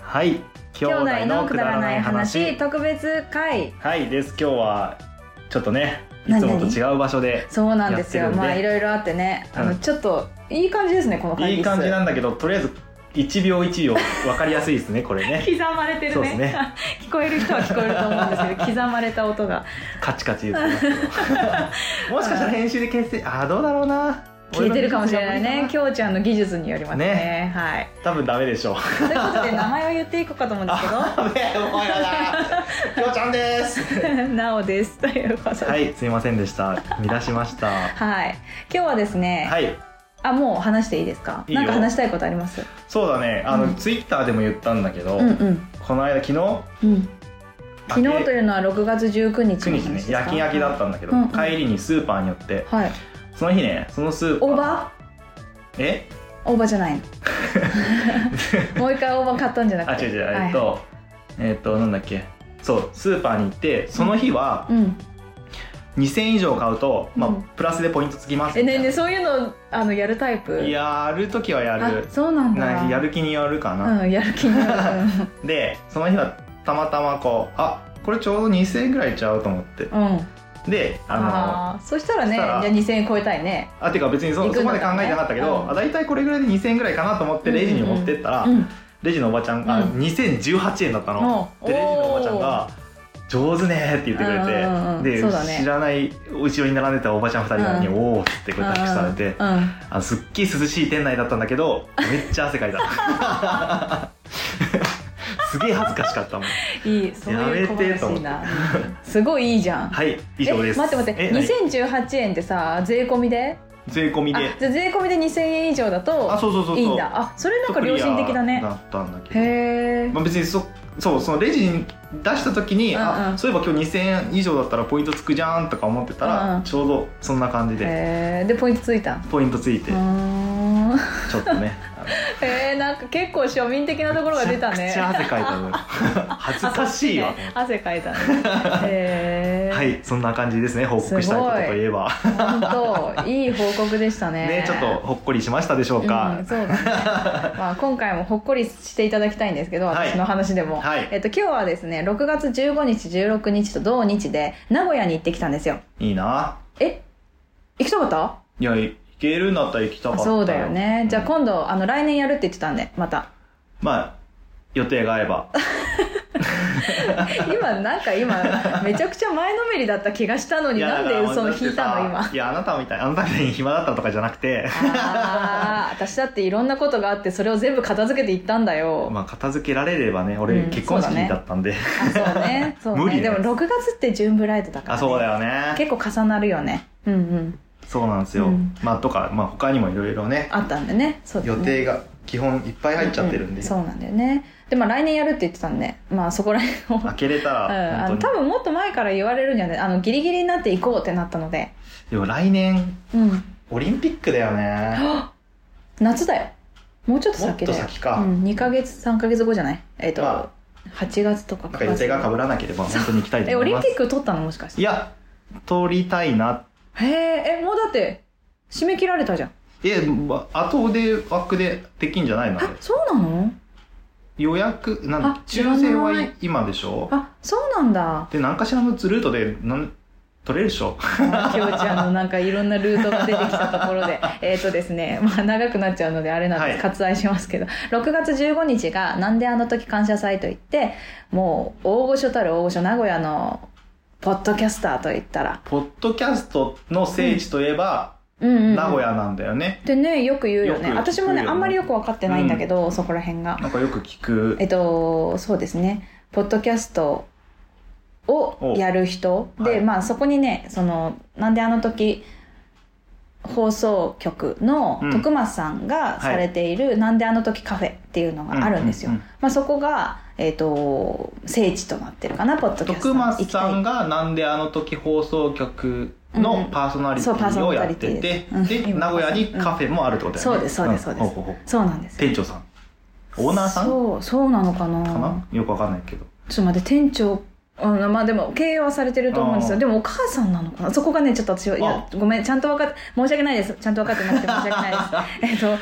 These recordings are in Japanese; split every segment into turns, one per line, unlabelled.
はい兄弟のくだらない話
特別会
はいです今日はちょっとねい
何
つもと違う場所で
そうなんです
や
よ
ってるんで
まあいろいろあってねあ
う
の
ん
ちょっといい感じですねこの会議室
いい感じなんだけどとりあえず1秒1秒分かりやすい ですねこれね
刻まれてる
そうで
ね
すね
聞こえる人は聞こえると思うんですけど刻まれた音 が
カチカチ言ってますけどもしかしたら編集で消せあーどうだろうな
聞いてるかもしれな
俺
い
の技
ね
術が
きょうちゃんの技術によりますね
ね
はい
多分ダメでしょう
ということで名前を言っていこうかと思うんです
ダメも うやだきょうちゃんです
けど なおですということでは、
はいいすいませんでした乱しましたは
今日はです ね、
い
あもう話していいですか
いいよ
なんか話したいことあります
そうだねあの、
うん
ツイッターでも言ったんだけど、
うんうん
この間昨日
うん昨
明
日
け
というのは6月19日
九
の
日
話で
ね
すか
夜勤明けだったんだけど、
うんうん
帰りにスーパーに寄って
はい
その日ねそのスーパー
大葉
え
大葉じ ゃないのもう一回大葉買ったんじゃな
あ
くて
違う違う、
はい
えっとえっとなんだっけそうスーパーに行ってその日は
うん
2000以上買うと、まあ
うん
プラスでポイントつきます
え
み
ね
た
え
い
ね
な
えそういうのあのやるタイプ
やる時はや
あ
る
そうなんだ
なやる気によるかな、
うんやる気にな る
でその日はたまたまこうあこれちょうど2000円ぐらいちゃうと思って
うんうん
であの
あーそしたら
そし
ねじ
た
ゃ
ら
あ2000円超えたいね
あてか別にそ,、
行く
そ
の
こ
か
まで考え
ね
てなかったけど、
うん
あ大体これぐらいで2000円ぐらいかなと思ってレジに持ってったら、
うん
レジのおばちゃんが、
うん
2018円だったの、
おう
でレジのおばちゃんが「上手ね」って言ってくれて、
うんうんうん
で、
そうだね
知らない後ろに並んでたおばちゃん2人なのに「
う
おお」っつってこれタッチされて、
うんうん
あのすっきり涼しい店内だったんだけどめっちゃ汗かいた すげえ恥ずかしかったもん
いいそういう小
やめてと
話
思っ
い
て
なうんすごいいいじゃん
はい 以上です
え待って待って
え何
2018円ってさ税込みで
税込み
あ
で
じゃあ税込みで2000円以上だ
あそ
と
うそうそうそう
いいんだあそれなんか良心的だね
だったんだけど
へえ
まあ、別にそそうそのレジに出した時に、
うんう
あ
ん
そういえば今日2000円以上だったらポイントつくじゃんとか思ってたら、
うんうん
ちょうどそんな感じで
へーでポイントついた
ポイントついて
う
ち
ーん
ょっとねあの
えー、なんか結構庶民的 なところが出た
め
ね
ちゃくちゃ汗かいたの よ恥ずかしいわ、
汗かいたねへー
はいそんな感じですね報告したいことといえば
本当いい報告でしたね
ねちょっとほっこりしましたでしょうか、
うん、そうだね、 まあ、今回もほっこりしていただきたいんですけど
はい
私の話でも、
はい
えっと、今日はですね6月15日16日と同日で名古屋に行ってきたんですよ
いいな
え行きたかった
いや行けるんだったら行きたか
あ
った
そうだよねじゃあ
うん
今度あの来年やるって言ってたんでまた
まあ予定が合えば
今なんか今めちゃくちゃ前のめりだった気がしたのに なん
いやだ
で
から
その引いたの
だって
今
さいやあなたみたいあなたみたいに暇だったとかじゃなく て
あー私だっていろんなことがあってそれを全部片付けていったんだよ、
まあ片付けられればね俺
うん
結婚式
そうだね
だったんで、
あそうねそうね
無理ね
でも6月ってジューンブライドだから、ね、
あそうだよね
結構重なるよねうんうん
そうなんですよ、
うん
まあとか、まあ、他にもいろいろね
あったんでねそうだ
予
ね
定が基本いっぱい入っちゃってるん
う
で、
うそうなんだよねでまあ来年やるって言ってたんでまあそこら辺を、う
開けれた
ん、
ら
あの
本当
多
に、
分もっと前から言われるんじゃないあのギリギリになっていこうってなったので
でも来年
うん
オリンピックだよね
夏だよもうちょっと先だよ
もっと先か
うん、2ヶ月3ヶ月後じゃないえっ、と、
ま
8月とか
なんか予定が被らなければ本当に行きたいと
えオ
思い
リン
ます
ピック取ったのもしかして
いや取りたいな
へええもうだって締め切られたじゃん
えま後で枠でできんじゃないのあれ
えそうなの
予約なん
あ
抽選は
知らない
い今でしょ
あそうなんだ
で何かしらのルートでなん取れるでしょ
きょうちゃんのなんかいろんなルートが出てきたと ころでえっとですね、まあ、長くなっちゃうのであれなんです、
はい
割愛しますけど6月15日が「なんであの時感謝祭」といってもう大御所たる大御所名古屋のポッドキャスターといったら、
ポッドキャストの聖地といえば、
うんうんうん
名古屋なんだよね
ってねよく言うよね
よく聞くよね
私もねあんまりよく分かってないんだけど、そこら辺が
なんかよく聞く
えっとそうですねポッドキャストをやる人
お
で、
はい
まあそこにねそのなんであの時放送局の
うん
徳松さんがされている「なんであの時カフェ」っていうのがあるんですよ、
ううう
まあ、そこが、えっと聖地となってるかなポッドキャスト
徳松さん
が
がなんであの時放送局
うんう
の
ん
パーソナリテ
そうパーソ
ィを
ナ
やっ
リテ
て
ィ
て、
うん
で
今
名古屋にカフェもあるってことだよね、
そうですそうですそうです
んほうほうほう
そうなんですよ
店長さんオーナーさんか
そうそうなのかな
なよくわかんないけど
ちょっと待って店長うんまあでも経営はされてると思うんです
あ
よ
ー
でもお母さんなのかなそこがねちょっと私はいやごめんちゃんと分かって申し訳ない ですちゃんと分かってなくて申し訳ないですえっ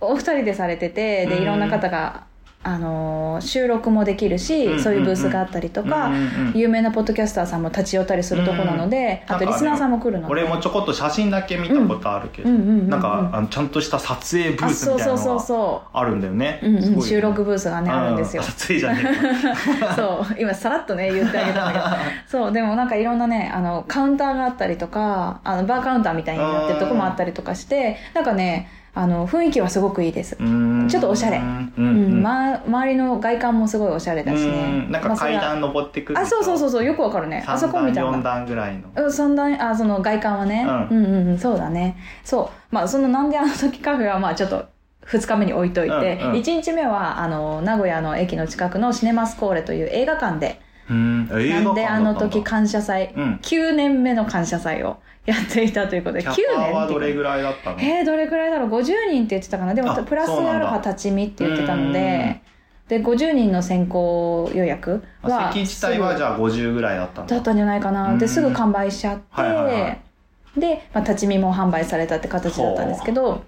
とお二人でされててでいろんな方があのー収録もできるし、
うん
そういうブースがあったりとか、
うんうんうん
有名なポッドキャスターさんも立ち寄ったりするとこなので、
うん
あとリスナーさんも来るので
俺もちょこっと写真だけ見たことあるけど、
うんうんうんうん
なんかあのちゃんとした撮影ブー
あ
ス
そ
み
う
たいな
そう
の
そう
が
そ
あるんだよね
う、うんう
す
ん、
ごいよね
収録ブースがねあるんですよ
う撮影じゃねえか
そう今さらっとね言ってあげたんだけどそうでもなんかいろんなねあのカウンターがあったりとかあのバーカウンターみたいになってるとこもあったりとかしてなんかねあの雰囲気はすごくいいです、
うーん
ちょっとおしゃれ
うん
う
うんん
ま、周りの外観もすごいおしゃれだしね
うんなんか階段登ってくる
まあ、それはあそうそうそうそうよくわかるねあそこみたい
4
な
段ぐらいの
うん三段あその外観はね、う、
うん
うんうんそうだねそうまあそのなんであの時カフェはまあちょっと2日目に置いといて、
うんうん
一1日目はあの名古屋の駅の近くのシネマスコーレという映画館で
うん映画
な
館だ
ん
った
であの時感謝祭、
うん
9年目の感謝祭をやっていたということで
キャ
9
パー
年
は
って
どれぐらいだったの
えーどれくらいだろう50人って言ってたかなでも
あ
プラス
そう
ア
なん
ル
だ
ファ立ち見って言ってたのでで50人の先行予約は
席自体はじゃあ50ぐらいだったん
だったんじゃないかな
う
で
ん
すぐ完売しちゃって、
はいはいは
で、まあ、立ち見も販売されたって形だったんですけど、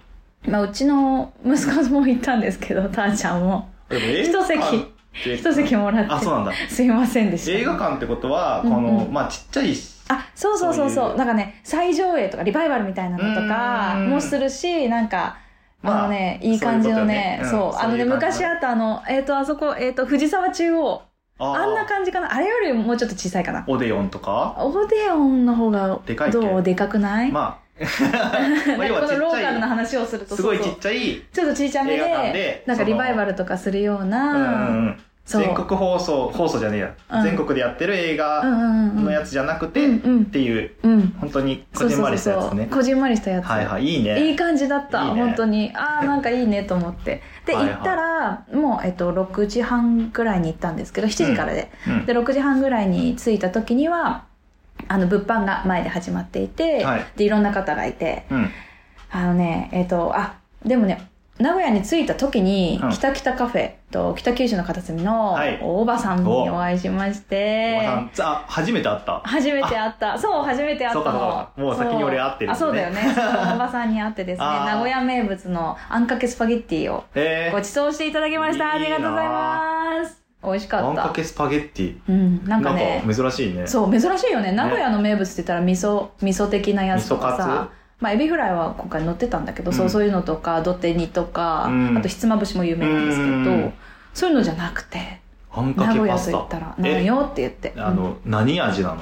まあ、うちの息子も行ったんですけどたーちゃんも
でも映
一
画
席
館って
一席もら
あ
って
そうなんだ
すいませんでした
映画館ってことはこ
うん
の
うん
まあちっちゃい
あそうそうそうそう
そういう
なんかね再上映とかリバイバルみたいなのとか
うん
もするしなんか
まあ
あのね、いい感じのね、
そういう
そ
こ
う、
とよねうん
あの
そういう
ね、
感じ
昔あったあの、えっ、と、あそこ、えっ、と、藤沢中央。
あ
あ
ー
んな感じかな。あれよりもうちょっと小さいかな。
オデオンとか
オーデオンの方が、
でかいっけ
どうでかくない、
ま あまあ
ね
要
こ
はち
のロ
っ
ー
ち
カルな
ゃ
話をする
い
と
すごい
そう
ち
そう
っちゃい
ちょっとちいちゃめ
映画館
で
で
なんか
その
リバイバルとかするよ
う
う
んうん
な
うん
そう
全国放送放送じゃねえや、
うん
全国でやってる映
うん
画
うんうん
のやつじゃなくて、
うんう
っ
ん
ていう
うん
本当にこ
そう
じん
そ
ま
う
りしたや
そ
つね
うこじんまりしたやつ
はいはいいいね
いい感じだった
いいね
本当にああなんかいいねと思ってで
はい
行
はい
ったらもう、えっと、6時半ぐらいに行ったんですけど7時からで、
うん
で6時半ぐらいに着いた時にはあの物販が前で始まっていて、
はい
でいろんな方がいて
うん
あのねえっとあでもね名古屋に着いた時に、
うん
北北カフェと北九州の片隅の
はい
大場さんにお会いしまして、
おばさんあ初めて会った
初めて会ったそう初めて会ったの
そうかそうかもう先に俺会ってるんでね
あそうだよねそうおばさんに会ってです ね
あー
名古屋名物のあんかけスパゲッティを
え
ご
ー、
馳走していただきましたあ
いい
り
な
がとうございます美味し
あ
か
ん
っ
か
た
けスパゲッティ
うんなんかね
なんか珍しいね
そう珍しいよね名古屋の名物って言ったら味噌味噌的なやつとか
味噌カ
さまあ、エビフライは今回乗ってたんだけど、そううんそういうのとか土手煮とか、
うん
あとひつまぶしも有名なんですけど、
うん
そういうのじゃなくて
あん
名
か
古
けパ
屋と
ス
言ったら
タ
「なんよ」って言って
あの何味なの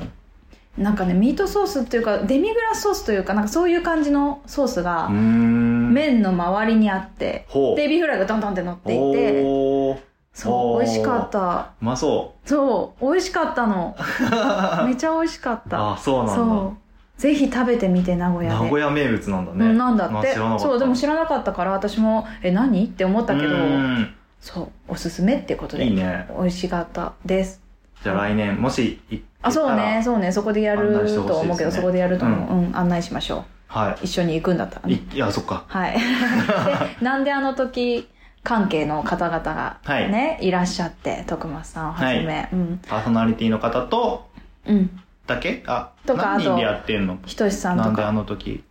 なんかねミートソースっていうかデミグラスソースというかなんかそういう感じのソース
う
が
ーん
麺の周りにあって、
ほう
でエビフライがドンドンって乗っていて
おーう
そう
おー
美味しかった
まそ
そう美味しかっ たのめちゃ美味しかっ
う
た
あそうなんだ
そうぜひ食べてみて名古屋
名
で
古屋名物なんだ
う
ね
んなんだ
ま
っ
あ
て
知らなかった
そうでも知らなかったから私も「え何?」って思ったけど
うん
そうおすすめってことで
いいね
美味しかったです
じゃあ来年もし行ったら
あそうねそうねそこでや
案
る
内してほしいですね
と思うけどそこでやると思う、うん案内しましょ
は
う一緒に行くんだったら
い
ね
いいやそっか
はい。 で、なんであの時関係の方々が
はい
ね、い、らっしゃって、徳松さんをはじめ、うん、
パーソナリティの方と
うん、
だけあ
とかあ
何
と
人でやってんの
ひとしさん
な
と
んであ
か、
の時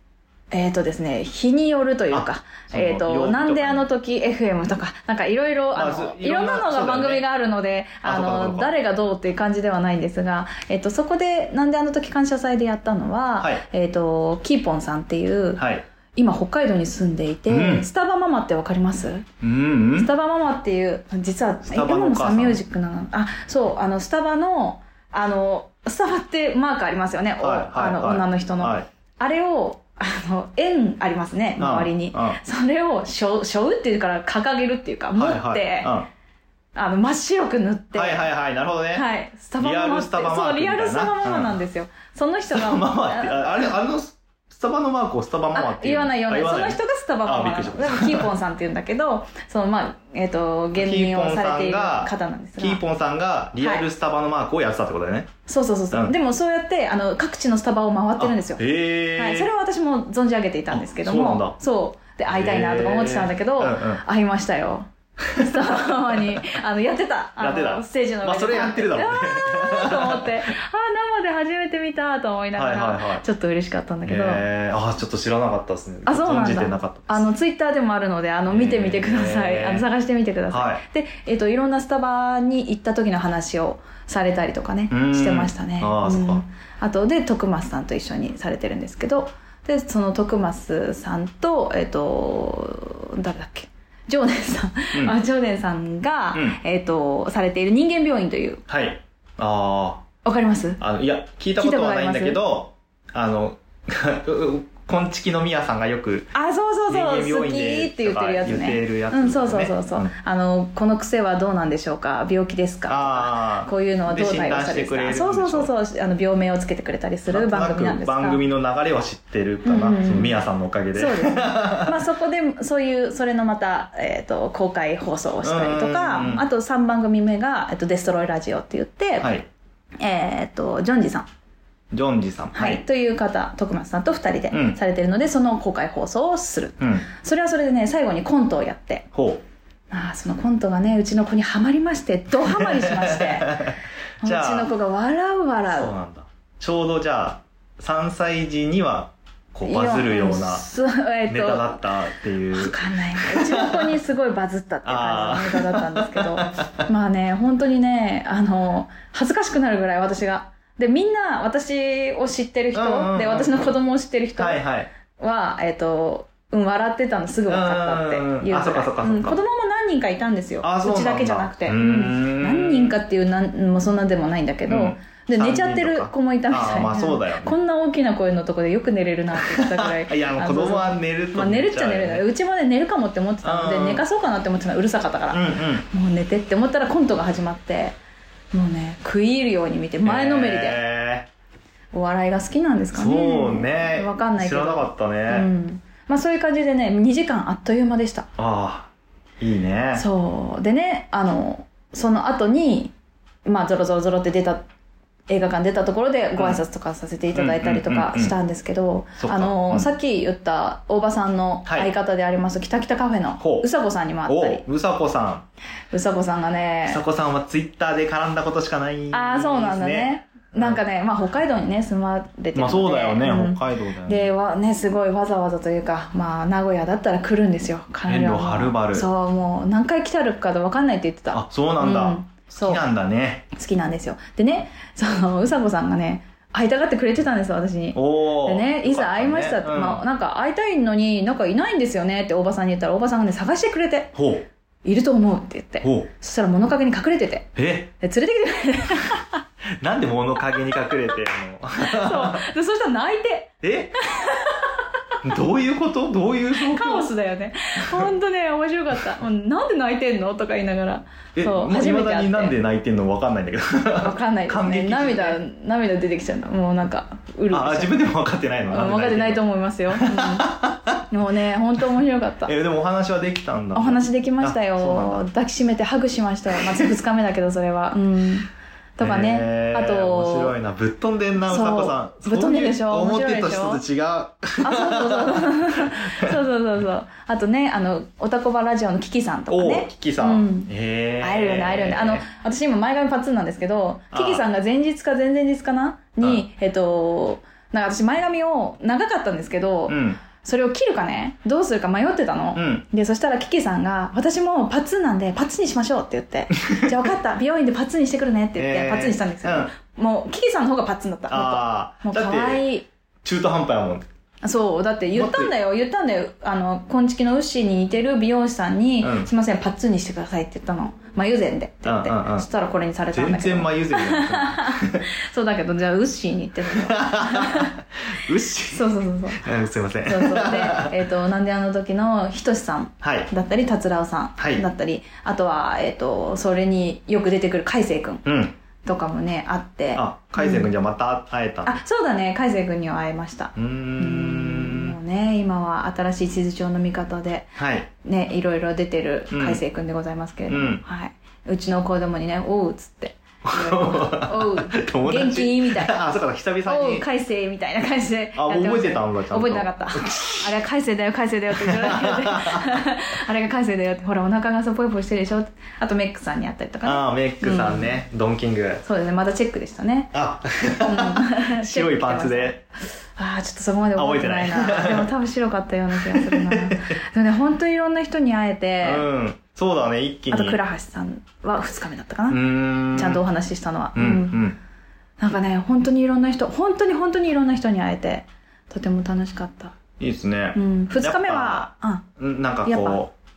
えっ、とですね、日によるというか、
その
えっ、
曜日と
と、
かね
なんであの時 FM とか、なんかいろいろ、あ
あ
の
そ、う
いろんない
ろんな
のが番組があるので、
そうだ
あ
よねあそうかそう
の、
か
誰がどうっていう感じではないんですが、えっ、と、そこで、なんであの時感謝祭でやったのは、
はい
えっ、と、キーポンさんっていう、
はい
今北海道に住んでいて、
うん
スタバママってわかります
うんう
ス
ん
タバママっていう実は
スタ
今
バの
も
お母
サ
さん
ンミュージックなのあそうあのスタバのあのスタバってマークありますよね、お
はいはい
あの
はい
女の人の、
はい
あれをあの円ありますね
うん
周りに
うん
それをしょしょうっていうから掲げるっていうか持って、
はいは
あの真っ白く塗っ
いうん
て
はいはいはいなるほどね
はいスタバマ
リア
マって
ルスタバマーク
そうリアルスタバママ
みたいな
なんですよ、その
ス
人
タ
が
バママってああれあのスタバのマークをスタバママ
あ
っていう
言わない言わないその人
人
がスタバママな
あびっ
の
くり
で
しま
も
した
キーポンさんっていうんだけどそのまあえっ、と芸人をされている方なんですが
キーポンさんがリアルスタバのマークをやってたってことだよね
そうそうそうそう、
うん
でもそうやってあの各地のスタバを回ってるんですよ、
あへえ
はい、それは私も存じ上げていたんですけど
あ
も
そうなんだ
そうで会いたいなとか思ってたんだけど、
へーうんうん
会いましたよスタバママにあのやってたあ
やってた
のステージの上で
まあそれやってるだろうね
あーと思ってあー生で初めて見たと思いながら、
はいはいはい
ちょっと嬉しかったんだけど、
えー、ああちょっと知らなかったですね
あそうなんだ
存じてなかったです
あのツイッターでもあるのであの見てみてください、
へー
あの探してみてください、
はい
で、えっといろんなスタバに行った時の話をされたりとかね
うん
してましたね
あーそっか
あとで徳松さんと一緒にされてるんですけどでその徳松さんとえっ、と誰だっけ常念さん、
うん
あ常念さんが、
うん
えっ、とされている人間病院という
はいあ
わかります
ああのいや聞いたことはないんだけどあの こんちきのみやさんがよく
あそうそうそう
人間
好
病
きっ
院で
て言ってるやつね
とか言ってるやつ
うんそうそう
ね
そうそう、
うん
あのこの癖はどうなんでしょうか病気ですかとか
ああ
こういうのはどう対応したら
で診断して
いいです
くれるん
か
でしょ
そうそうそうそうあの病名をつけてくれたりする番組なんですが
番組の流れは知ってるかな、
うんうんうん
そのみやさんのおかげで
そうです、ね、まあそこでそういうそれのまた、えー、と公開放送をした
う
りと
んうんうん
かあと3番組目が「えっとデストロイラジオ」って言って、
はい
えっとジョンジさん、
ジョンジさん
はいという方徳松さんと2人
うん
でされてるので、その公開放送をする
うん
それはそれでね最後にコントをやって
ほ
まあそのコントがねうちの子にはまりましてドハマりしまして うち
じゃあ
の子が笑う
う
笑
そう
う
なんだちょうどじゃあ3歳児にはこうバズるよう
いや
な
そうえっと
ネタだったっていう
わかんないねうちの子にすごいバズったっていう感じのネタだったんですけ どまあね本当にねあの恥ずかしくなるぐらい私がでみんな私を知ってる人、
うんうんうん
で私の子供を知ってる人は、
はいはい
えっ、とうん、笑ってたのすぐ分かったってい
う
うぐらい
んうんうんあそっかそっかそっか
うん子供も何人かいたんですよ
あそうな
う
んだ
ちだけじゃなくて、
うーん
何人かっていうなんもうそんなでもないんだけど、
うん
で
三人
寝ちゃってる子もいたみたい
あ
な
まあそうだよね
こんな大きな声のとこでよく寝れるなって言ってたぐらい
いやもう子供は寝ると
まあ、寝るっちゃ寝るんだけどうちまで寝るかもって思ってたので
うん
寝かそうかなって思ってたのうるさかったから、
うんうん
もう寝てって思ったらコントが始まってもうね食い入るように見て前のめりで
へ
お笑いが好きなんです
ー
かね
そうね
わかんないけど
知らなかったね、
うんまあ、そういう感じでね2時間あっという間でした
ああいいね
そうでねあのその後にまあゾロゾロゾロって出た映画館出たところでご挨拶とかさせていただいたりと
うんうんうん
か
うん
したんですけど
そっか
あ
うん
のさっき言った大場さんの
はい
相方であります「きたきたカフェ」
ほ
の
う
うさこさんにも会ったり
おうさこさ
うさこさんが
んう
ね
さこさんはツイッターで絡んだことしかないですね
ああそうなんだねなんかね、まあ、北海道にね住まれてるので
まあそうだよね、
うん
北海道だよね
でわねすごいわざわざというかまあ名古屋だったら来るんですよ彼ら
遠路はるばる
そうもう何回来たるか分かんないって言ってた
あそうなんだ、
うんそう
好きなんだね
好きなんですよでねそのうさこさんがね会いたがってくれてたんですよ私に
おお
でねいざ会いましたって、まあ、なんか会いたいのになんかいないんですよねっておばさんに言ったらおばさんがね探してくれて
ほう
いると思うって言って
ほう
そしたら物陰に隠れてて
え
で連れてきてくれて
なんで物陰に隠れてるの
そうでそしたら泣いて
えどういうことどういう状況
カオスだよね本当ね面白かったもうなんで泣いてんのとか言いながら
え
そう
ま
初めて
だ
会
に
って
なんで泣いてんのわかんないんだけど
わかんないです
感激
ね
的
涙涙出てきちゃったもうなんかうるうるしちゃう
あ自分でも分かってないの
うん分かってないと
思
思いますよ、うんもうね本当面白かった
えでもお話はできたんだ
お話できました
あそうなん
よ抱きしめてハグしましたよ、まあ、2日目だけどそれはうんとかね、
へー
あと
面白いなぶっ飛んでんなう
そう
さこさん
ぶっ飛んでるでしょ
そういう思
面
っ
白い
て
で
た
し
人
ょ
と違う
あそうそうそうそうそうそうそうあとねあのおたこばラジオのキキさんとか
おお
ね
キキさん、
うん
へえ
会えるよね会えるよねあの私今前髪パッツンなんですけど
あ
キキさんが前日か前々日かなに、えっとなんか私前髪を長かったんですけど、
うん
それを切るかねどうするか迷ってたの、
うん
でそしたらキキさんが「私もパッツンなんでパッツンにしましょう」って言 って「じゃあ分かった美容院でパッツンにしてくるね」って言って、
えー
パッツンにしたんですよ、もうキキさんの方がパッツンだった
ああ
もっともう可
だって
愛い
中途半端やもん
そうだって言ったんだよ言ったんだよあの昆虫のウッシーに似てる美容師さんに「
うん
すいませんパッツンにしてください」って言ったの「眉膳で」って言って、
うんうんうん
そしたらこれにされたんだ
全
けど
然眉毛じゃない
そうだけどじゃあウッシーに言ってる のよ
うっし
そうそうそうそう
うんすいません
そうそうで、えっとなんであの時のひとしさん
はい
だったり達郎さ
はい
んだったり、あとは、えっとそれによく出てくる海星君
うん
とかもねあって
あ海鮮君じゃまた会えた
あそうだね海星君には会えました
うーん
もうね今は新しい地図上の見方で
はい
ねいろいろ出てる海星君でございますけれども、
うん
はい、うちの子供にね「おう」っつっておう
友達
元気みたいな
あ、そうか、久々
おう
に。
海星みたいな感じでやってました
あ覚えてたんだちゃんと
覚えてなかったあれは海星だよ海星だよって言って あれが海星だよってほらお腹がそうぽいぽいしてるでしょあとメックさんに会ったりとかね
あー、メックさんね、ドンキング。
そうですねまだチェックでし たね、
あ、
うん
白いパンツで。
ああちょっとそこまで覚えてないな
覚えてない
でも多分白かったような気がするなでもね本当にいろんな人に会え
う
て、
ん。そうだね、一気に。
あと倉橋さんは2日目だったか
う
な、
ーん。
ちゃんとお話ししたのは、
うん、う
うん
ん。
なんかね本当にいろんな人本当に本当にいろんな人に会えてとても楽しかった、
いいですね
う。ん、2日目はあ
うんなんか
やっ
こう、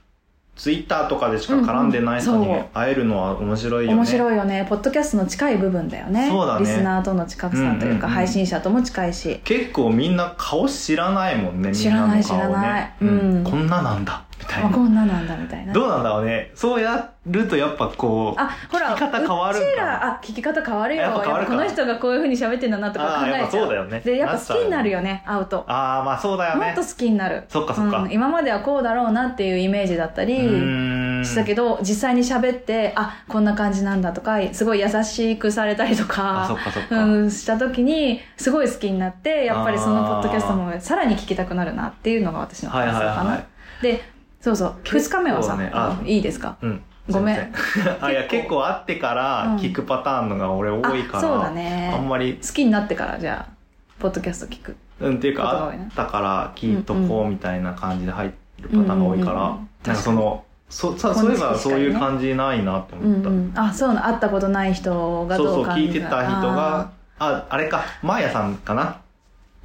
ツイッターとかでしか絡んでない人
うんうん
に
そう
会えるのは面白いよね。
面白いよねポッドキャストの近い部分だよね
そうだね
リスナーとの近くさと
うんう
いうか、
んうん
配信者とも近いし
結構みんな顔知らないもんね、み
知
ん
ら
な
ない
の
知ら
顔
ない
ね。
うん
こんななんだ、みたいな。
あこんななんだみたいな
どうなんだろうね。そうやるとやっぱこう、
あほ
聞
ら
き方変わるんか
うちらあ聞き方変わるよ
やっぱ変わるか
やっぱこの人がこういうふうに喋ってんだなとか考えちゃう
あーやっぱそうだよね
でやっぱ好きになるよね会うと
ああ、まあそうだよ
も
ね
っと。好きになる
そっかそっか
うん今まではこうだろうなっていうイメージだった
う
り
ーん
したけど実際に喋ってあこんな感じなんだとかすごい優しくされたりと
あ、そっ
か
かそっか。
うん、した時にすごい好きになってやっぱりそのポッドキャストもさらに聞きたくなるなっていうのが私の
はい
感想
は
か
い
な、
はい。
でそうそう2日目はさ、
結構ねあ
いいですか
うん。
ごめん
すいません。 あ、いや、結構会ってから聞くパターンのが俺多いから。
あそうだ
あん
ね
まり、
好きになってからじゃあポッドキャスト聞く
うん、っていう
ことが
か、
多いな
あったから聞いとこうみたいな感じで入るパターンが多いか
うんうん
ら
うん、
なんかその、そさそういえばそういう感じないなって
うん
思った
う。ん、あそうな会ったことない人が
そう
ど
そうう、
感じ
聞いてた人
あ
が、あ、あれか、マーヤさんかな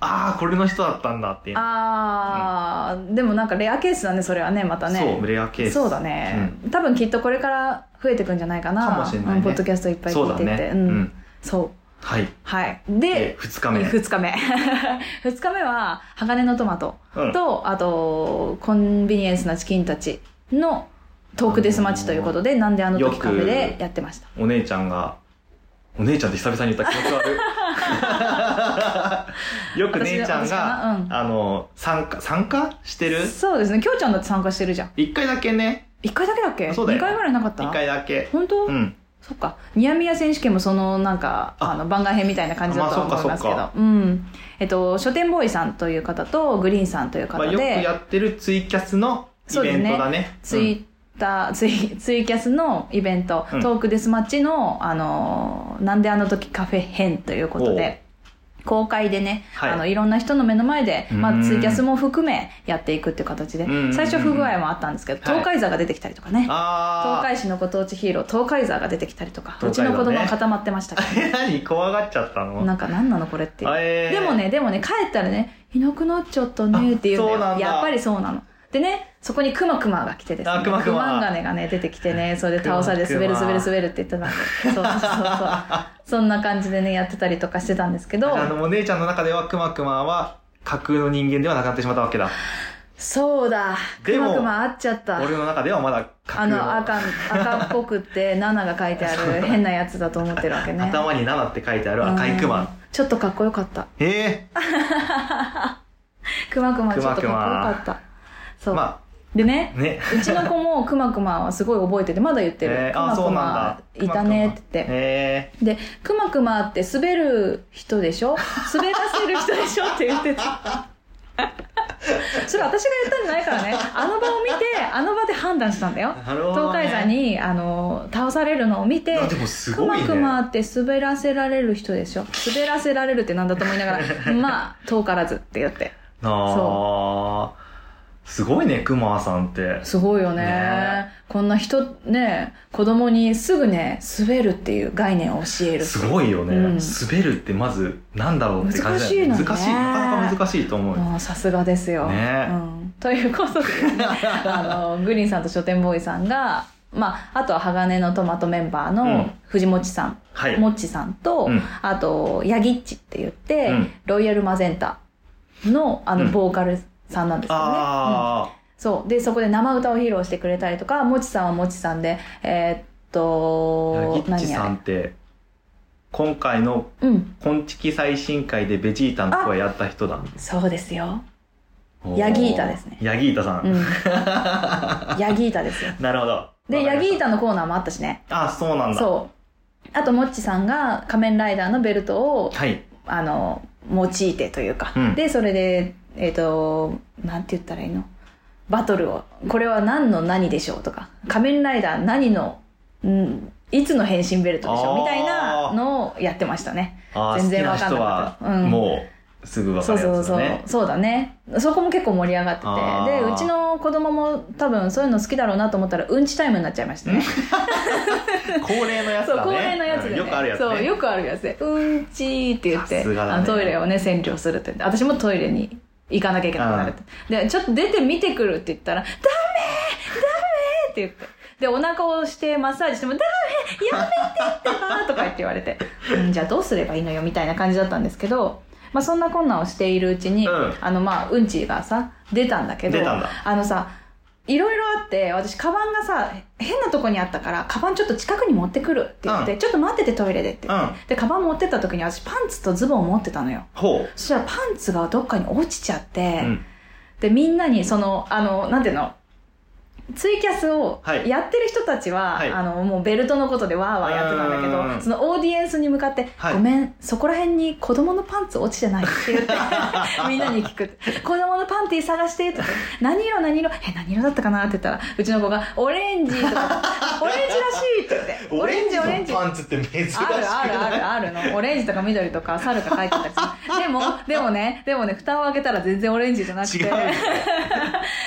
ああ、これの人だったんだっていう。
あーでもなんかレアケースだねそれはねまたね
そう、レアケース。
そうだね、多分きっとこれから増えてくんじゃないかな
かもしれないね
うんポッドキャストいっぱい
そう
聞い
だ
ていって
ね。
う
うんん。
そう
はい。
はい
で
で、
2日目。
2日目 2日目は鋼のトマト
うん
と、あとコンビニエンスなチキンたちのトークデスマッチということで、なんであの
よ
時
く
カフェでやってました
お姉ちゃんが、お姉ちゃんって久々に言った気持ち悪 い。よく姉ちゃん
私
が、
私か
あの、参加、参加してる
なうん、そうですねきょうちゃんだって参加してるじゃん
一回だけね、
1回だけだっけ
そうだよ
2回ぐらいなかった
一回だけ。
本当、
うん。
そっかニヤミヤ選手権もそのなんか
あ
あの番外編みたいな感じだとは
まあ
思いますけど、
そっか
うんえっと書店ボーイさんという方とグリーンさんという
ま
方
あ、
で、
よくやってるツイキャスのイベントだね。
ツイッター、ツイツイキャスのイベント、
うん
トークデスマッチの、あのーなんであの時カフェ編ということで、公開でね、
はい
い、あの、いろんな人の目の前で、
うー
ま
ん
あ、ツイキャスも含めやっていくっていう形で
うんうんうん、
最初不具合もあったんですけど、
はい
東海座が出てきたりとかね、東
あー。
海市のご当地ヒーロー、東海座が出てきたりとか、う
東
ち
海座
の
ね
子供は固まってましたけど、
え、 何怖がっちゃったの
なんか何なのこれっていう。
えー
でもね、でもね、帰ったらね、いなくなっちゃったねっていうん
あ
だ
そうなん
よ。
だ
やっぱりそうなの。でね、そこにクマクマが来てです
あ
ね。
クマクマ
ンガネがね、出てきてね、それで倒されて
クマ
滑
クマ
る滑る滑るって言ってたんで。そうそうそうそう。そんな感じでね、やってたりとかしてたんですけど、
あの、お姉ちゃんの中ではくまくまは架空の人間ではなくなってしまったわけだ。
そうだ、ク
でも
マクマ会っちゃった。
俺の中ではまだ架空
あ
の
の赤、赤っぽくって、7が書い てある変なやつだと思ってるわけね。
頭に7って書いてある赤いク
うん
マ。
ちょっとかっこよかった。
ええ
クマクマちょっとかっこよかった。そう。
ま
でね、
あ、ね。
うちの子もくまくまはすごい覚えててまだ言ってる、
えー
くま
あそう
く
なん
ま
だ
いたねって言って
え
でくまくまって滑る人でしょ滑らせる人でしょって言ってたそれ私が言ったんじゃないからねあの場を見てあの場で判断したんだよ
えなるほ
東
ど、ね。
海山にあの倒されるのを見て
あでもす
く
ご
ま
いね。
くまって滑らせられる人でしょ滑らせられるってなんだと思いながら まあ遠からずって言って
なあ。すごいね、クマさんって。
すごいよね
ね
こんな人ね子供にすぐね滑るっていう概念を教える
すごいよね、
うん
滑るってまずなんだろうって感じだよね
難しいのね
難しいなかなか難しいと思うよ、
もうさすがですよ、
ね
うん、ということでです ねあのグリーンさんと書店ボーイさんが、まあ、あとは鋼のトマトメンバー
うん
の藤もちさん、
はい
もっちさんと、
うん
あとヤギッチって言って、
うん
ロイヤルマゼンタのあ
う
の
ん
ボーカルさんなんですよね、うん
あ
そう。で、そこで生歌を披露してくれたりとか、もちさんはもちさんで、えーっ
あ、ヤギ
と、
ッチさ
あ
んって今回の
れうん。
「昆虫最新回」でベジータの声やった人だ
そうですよ。
お
ヤギータですね
ヤギータさん、
うん。ヤギータですよ。
なるほど
で、ヤギー
タ
タのコーナーもあったしね。
あそうなんだ
そあと、もっちさんが仮面ライダーのベルトを、
はい。
あの、用いてというか、
うん
で、それで、えっ、と、なんて言ったらいいのバトルを、これは何の何でしょうとか、仮面ライダー何の、んいつの変身ベルトでしょ
あ
う
ー
みたいなのをやってましたね。
ああ、好
全
き
然
な
わかん
人
なか
は
ったうん
もうすぐわか
そう
る
そ
や
う
つ
そ
だ
う、
ね。
そうだねそこも結構盛り上がって
あ
て
ー
でうちの子供も多分そういうの好きだろうなと思ったらうんちタイムになっちゃいましたね
恒例のやつ
そう
だね。
恒例のやつで、
うん
ね
よくあるやつ
そう
ね。
よくあるやつでうんちーって言って、
さすがだね
あのトイレをね占領するって言って私もトイレに行かなきゃいけなくなるってでちょっと出て見てくるって言ったら「ダメダメ!」って言ってでお腹をしてマッサージしても「ダメやめて!」ってばとか言って言われて、うん、じゃあどうすればいいのよみたいな感じだったんですけどまあそんな困難をしているうちに、
うん
あのまあうんちがさ出たんだけど
出たんだ
あのさいろいろあって私カバンがさ変なとこにあったからカバンちょっと近くに持ってくるって言って、
う
ちょっと待っててトイレでって
う
言って、
ん。
でカバン持ってった時に私パンツとズボンを持ってたのよ
ほ
そしたらパンツがどっかに落ちちゃっ
う。
て、
うん。
でみんなにそのあのなんていうのツイキャスを
はい
やってる人たちは、
はい
あのもうベルトのことでわーわーやってたんだ
う
け
んうんう
ど
ん
そのオーディエンスに向かって「
はい
ごめんそこら辺に子供のパンツ落ちてない」っ て言ってみんなに聞く「子供のパンティ探して」とか「何色何色え何色だったかな?」って言ったらうちの子が「オレンジ」とか「オレンジらしい」って言って「
オレンジのパンツって珍しく
あ
ない
るあるあるあるの。オレンジとか緑とか猿が書いてたりす る。でも、でもね、でもね、蓋を開けたら全然オレンジじゃなく
違う
て、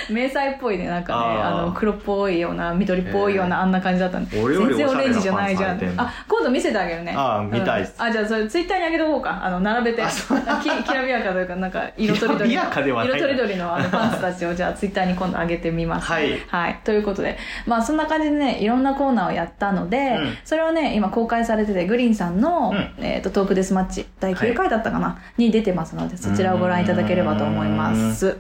迷彩っぽいね、なんかね、
あ
あ
ー
の、黒っぽいような、緑っぽいよう
へ
な、あんな感じだったんで。
俺より
全然
お
オ
しゃれな
レンジじゃないじゃ
パンツ履いて
ん。
んの
あ、今度見せてあげるね。
あー見たいっす
うんあ、じゃあそれツイッターにあげとこうか。あの、並べて、ききらびやかというか、なんか、色とりどり
きらびやかで
の、
はない
色とりどりのあのパンツたちを、じゃあツイッターに今度上げてみます。
はい
はい。ということで、まあそんな感じでね、いろんなコーナーをやったので、
うん
それはね、今公開されてて、グリーンさんの、
うん
えっ、と、トークデスマッチ、第9回だったかな、に出てますので、そちらをご覧いただければと思います。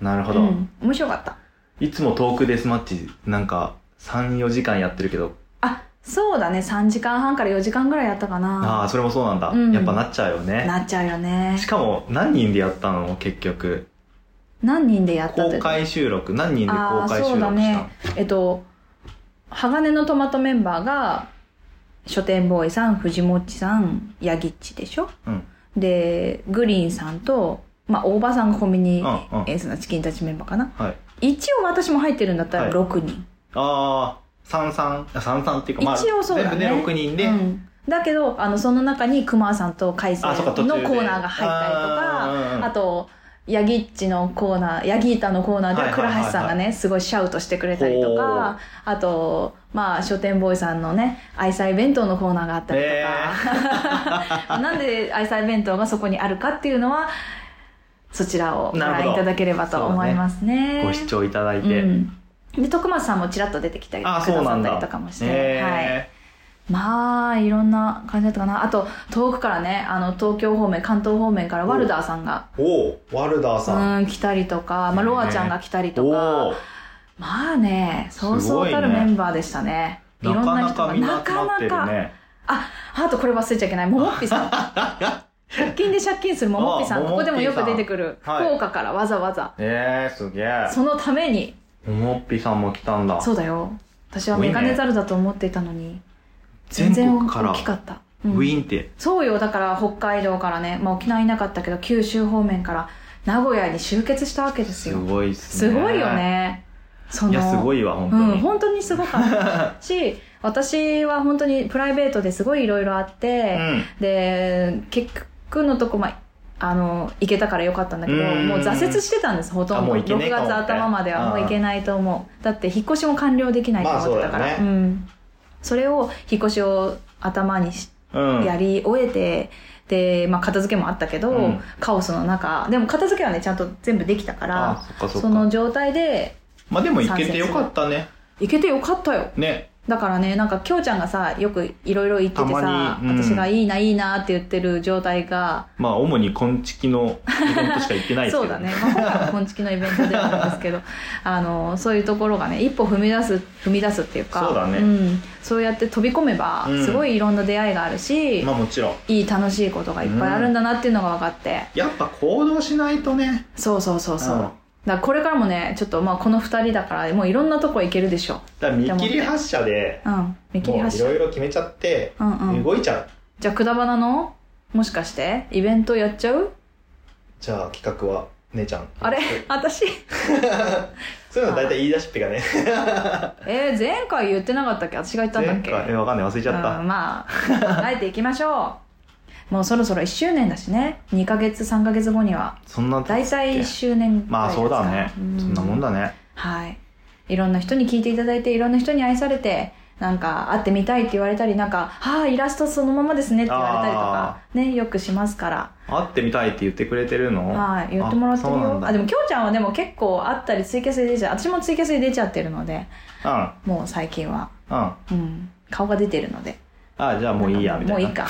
なるほ
う
ど。
ん。面白かった。
いつもトークデスマッチ、なんか、3、4時間やってるけど、
あ、そうだね、3時間半から4時間ぐらいやったか
あ
な。
あ、それもそうなんだ。
うん
やっぱなっちゃうよね。
なっちゃうよね
し。かも、何人でやったの結局。
何人でやった
公開収録。何人で公開収録したの、
あーえっと、鋼のトマトメンバーが、書店ボーイさん、藤もっちさん、ヤギッチでしょ
うん。
で、グリーンさんと、まあ、大場さんがコンビニエ
うんうん
ースなチキンたちメンバーかな。
はい。
一応私も入ってるんだった
は
ら
い
6人。
ああ、三三あ三三っていうか、まあ、
一応そうだね。
全部で六人で、
うんだけど、あの、その中に熊さんと海星
あ、そっか、途中
の
で
コーナーが入ったりとか、あ
あ
と、ヤギッチのコーナー、ヤギータのコーナーでは
はいはいはいはい
倉橋さんがね、すごいシャウトしてくれたりと
ほ
か、あと、まあ、書店ボーイさんのね、愛妻弁当のコーナーがあったりとか、 なんで愛妻弁当がそこにあるかっていうのは、そちらをご
なる
覧
ほど
いただければと思います
ー
ね。
ご視聴いただいうて。
ん。で、徳松さんもちらっと出てきたり、く
あ
だ
あ、そうな
さっ
ん
た
だ。
りとかもして、はい。
へ
まあいろんな感じだったかなあと遠くからねあの東京方面関東方面からワルダーさんが
ーおお、ワルダー
う
さん。
ん来たりとか、まあ、
ね
ロアちゃんが来たりと
お
か
お、
まあねそうそうたる
すごいね
メンバーでしたねいろ
なんか
な
な
人
か
が
みんな集まってるね。
ああとこれ忘れちゃいけないももっ ぴさん借金で借金するももっぴさん
あ
ここでもよく出てくる
ももっぴさんはい
福岡からわざわざ
ええー、すげえ。
そのために
ももっぴさんも来たんだ。
そうだよ私は
すごいね
メガネザルだと思っていたのに全
全
然
国から
大きかった、うん
ウィーンって。
そうよだから北海道からね、まあ、沖縄いなかったけど九州方面から名古屋に集結したわけです
す
よ
ごいっす
す
ね。
ごいよ。ねそ
いや、すご
い
いわ、本当
うん、
に。
本当にすごか ったし私は本当にプライベートですごいいろいろあっ
う
て、
ん。
で結局のとこまああの行けたからよかったんだけど
うん
もう挫折してたんですほとん
あ
ど
もう行けね
6
えかも
月頭まではもう行けないと思うだって引っ越しも完了できないと思ってたから、
まあそうだよね
うん、それを引っ越しを頭にし
うん。
やり終えて、で、まあ、片付けもあったけど、
うん
カオスの中でも片付けはねちゃんと全部できたか
あ、
ら
そっかそ
そ
っか。
の状態で
まあでも行けてよかったね。
行けてよかったよ
ね。
だからねなんかきょうちゃんがさよくいろいろ言っててさ
た、まにうん
私が「いいないいな」って言ってる状態が、
まあ主に昆虫のイベントしか行ってないです
そ
け
う
ど
だね、まあ、今回も昆虫のイベントではあるんです けどあのそういうところがね一歩踏み出す踏み出すっていうか
そうだね
ん、そうやって飛び込めば、
うん
すごいいろんな出会いがあるし、
まあもちろん。
いい楽しいことがいっぱいあるんだなっていうのが分かって。
やっぱ行動しないとね。
そうそうそうそう、
うん
だからこれからもねちょっとまあこの2人だからもういろんなとこ行けるでしょ
だから見切り発車で、
うん見切り
もう
発
い
車
ろいろ決めちゃって、
うんうん
動いちゃう。
じゃあくだばなのもしかしてイベントやっちゃう
じゃあ企画は、姉ちゃん。
あれ 私
そういうの大体言い出しっぺがね。
えー、前回言ってなかったっけ私が言ったんだっ
前
け
回、えわかんない。忘れちゃった。
うん、まあ考えていきましょうも うそろそろ1周年だしね2ヶ月3ヶ月後には
そんな
大体1周年ぐ
ま
らい
あ
です
そ
か
うだね。そんなもん
だ
だね。
はいいろんな人に聞いていただいていろんな人に愛されてなんか会ってみたいって言われたりなんか「はあイラストそのままですね」って言われたりとかねよくしますから
会ってみたいって言ってくれてるの
はい言ってもらってる
あそうな
よ
んだ
あでもきょうちゃんはでも結構会ったりツイキャスで出ちゃう私もツイキャスで出ちゃってるので
うん。うん。
もう最近は
あ
うん顔が出てるので
あ、じゃあもういいや、みたいな。
もういい か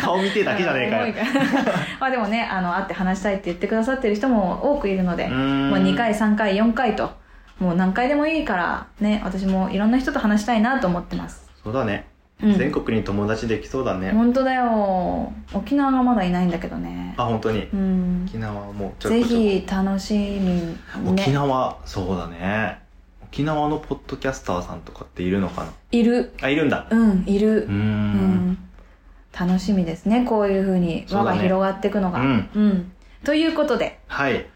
顔見てだけじゃ ねえかよ。
うん重いからまあでもねあの会って話したいって言ってくださってる人も多くいるので
うーん
もう2回3回4回ともう何回でもいいからね私もいろんな人と話したいなと思ってます、
そうだね。
うん、
全国に友達できそうだね。
本当だよ沖縄がまだいないんだけどね
あ、本当に。
うん
沖縄はもうちょ
ぜ
こちょこ
ひ楽しみ
沖
ね
縄、そうだね。沖縄のポッドキャスターさんとかっているのかない
る
あ、いるんだ。
うんいうる
ー
うん
ん。
楽しみですねこういうふうに輪
そうだ
が
ね
広がっていくのが
うん
うん、ということで
はい。
今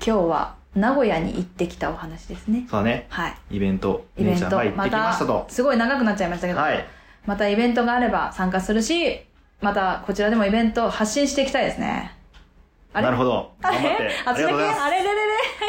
日は名古屋に行ってきたお話ですね
そうだね。
はい
イベント、
イベ
姉
ン
ちゃん
ト
が行ってきましたと。
すごい長くなっちゃいましたけど、
はい。
またイベントがあれば参加するしまたこちらでもイベントを発信していきたいですねあれ
なるほど。
あ
頑張って
れ。
あ
あ
り
つ
がと
だけ
うございます。
あれれれれ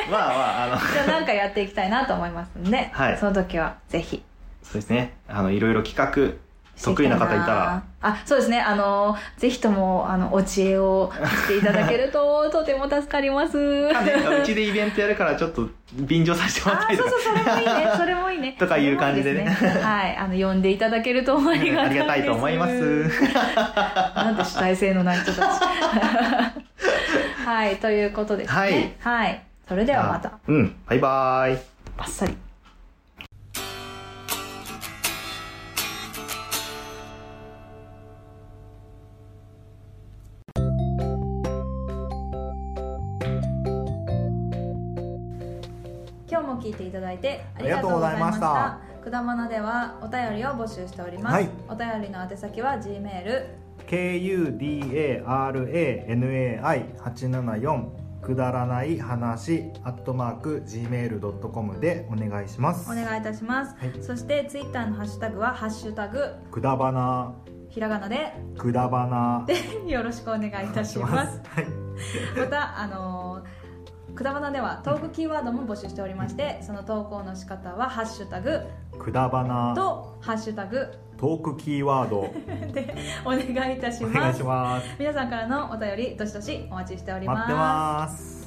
まあまあ、あの、
じゃあなんかやっていきたいなと思いますんで、
はい
その時はぜひ
そうですね。あの、いろいろ企 画、
してい
得
き
意
い
な方いたら、
あそうですねあのぜひともあのお知恵をしていただけ るととても助かります
あねうちでイベントやるからちょっと便乗させてもらっ
あ
た
ー
りと
そう
か
そうそれもいい ねそれもいいね
とかいう感じでね
それもいいすはいあの呼んでいただけるとありがたい
あり
です
がたいと思います。
なんて主体性のない人たち。はい、ということですね。はい。それではまた、
うん、バイバーイ。
バッサリ。今日も聞いていただいてありがとうございました。
あ
くだまなではお便りを募集しております。
はい
お便りの宛先は G メール
kudaranai874 くだらない話アットマーク gmail.com でお願いします
お願いいたします、
はい
そしてツイッターのハッシュタグは「ハッシュタグ
くだばな
ひらがなで
くだばな」
でよろしくお願いいたします
はい
またあのーくだばなではトークキーワードも募集しておりましてその投稿の仕方は「ハッシュタグ
くだば」な
と「ハッシュタグ
トークキーワード」
でお願いいたし
お
ま
願い
す
します
皆さんからのお便りどしどしお待ちしており
待ってます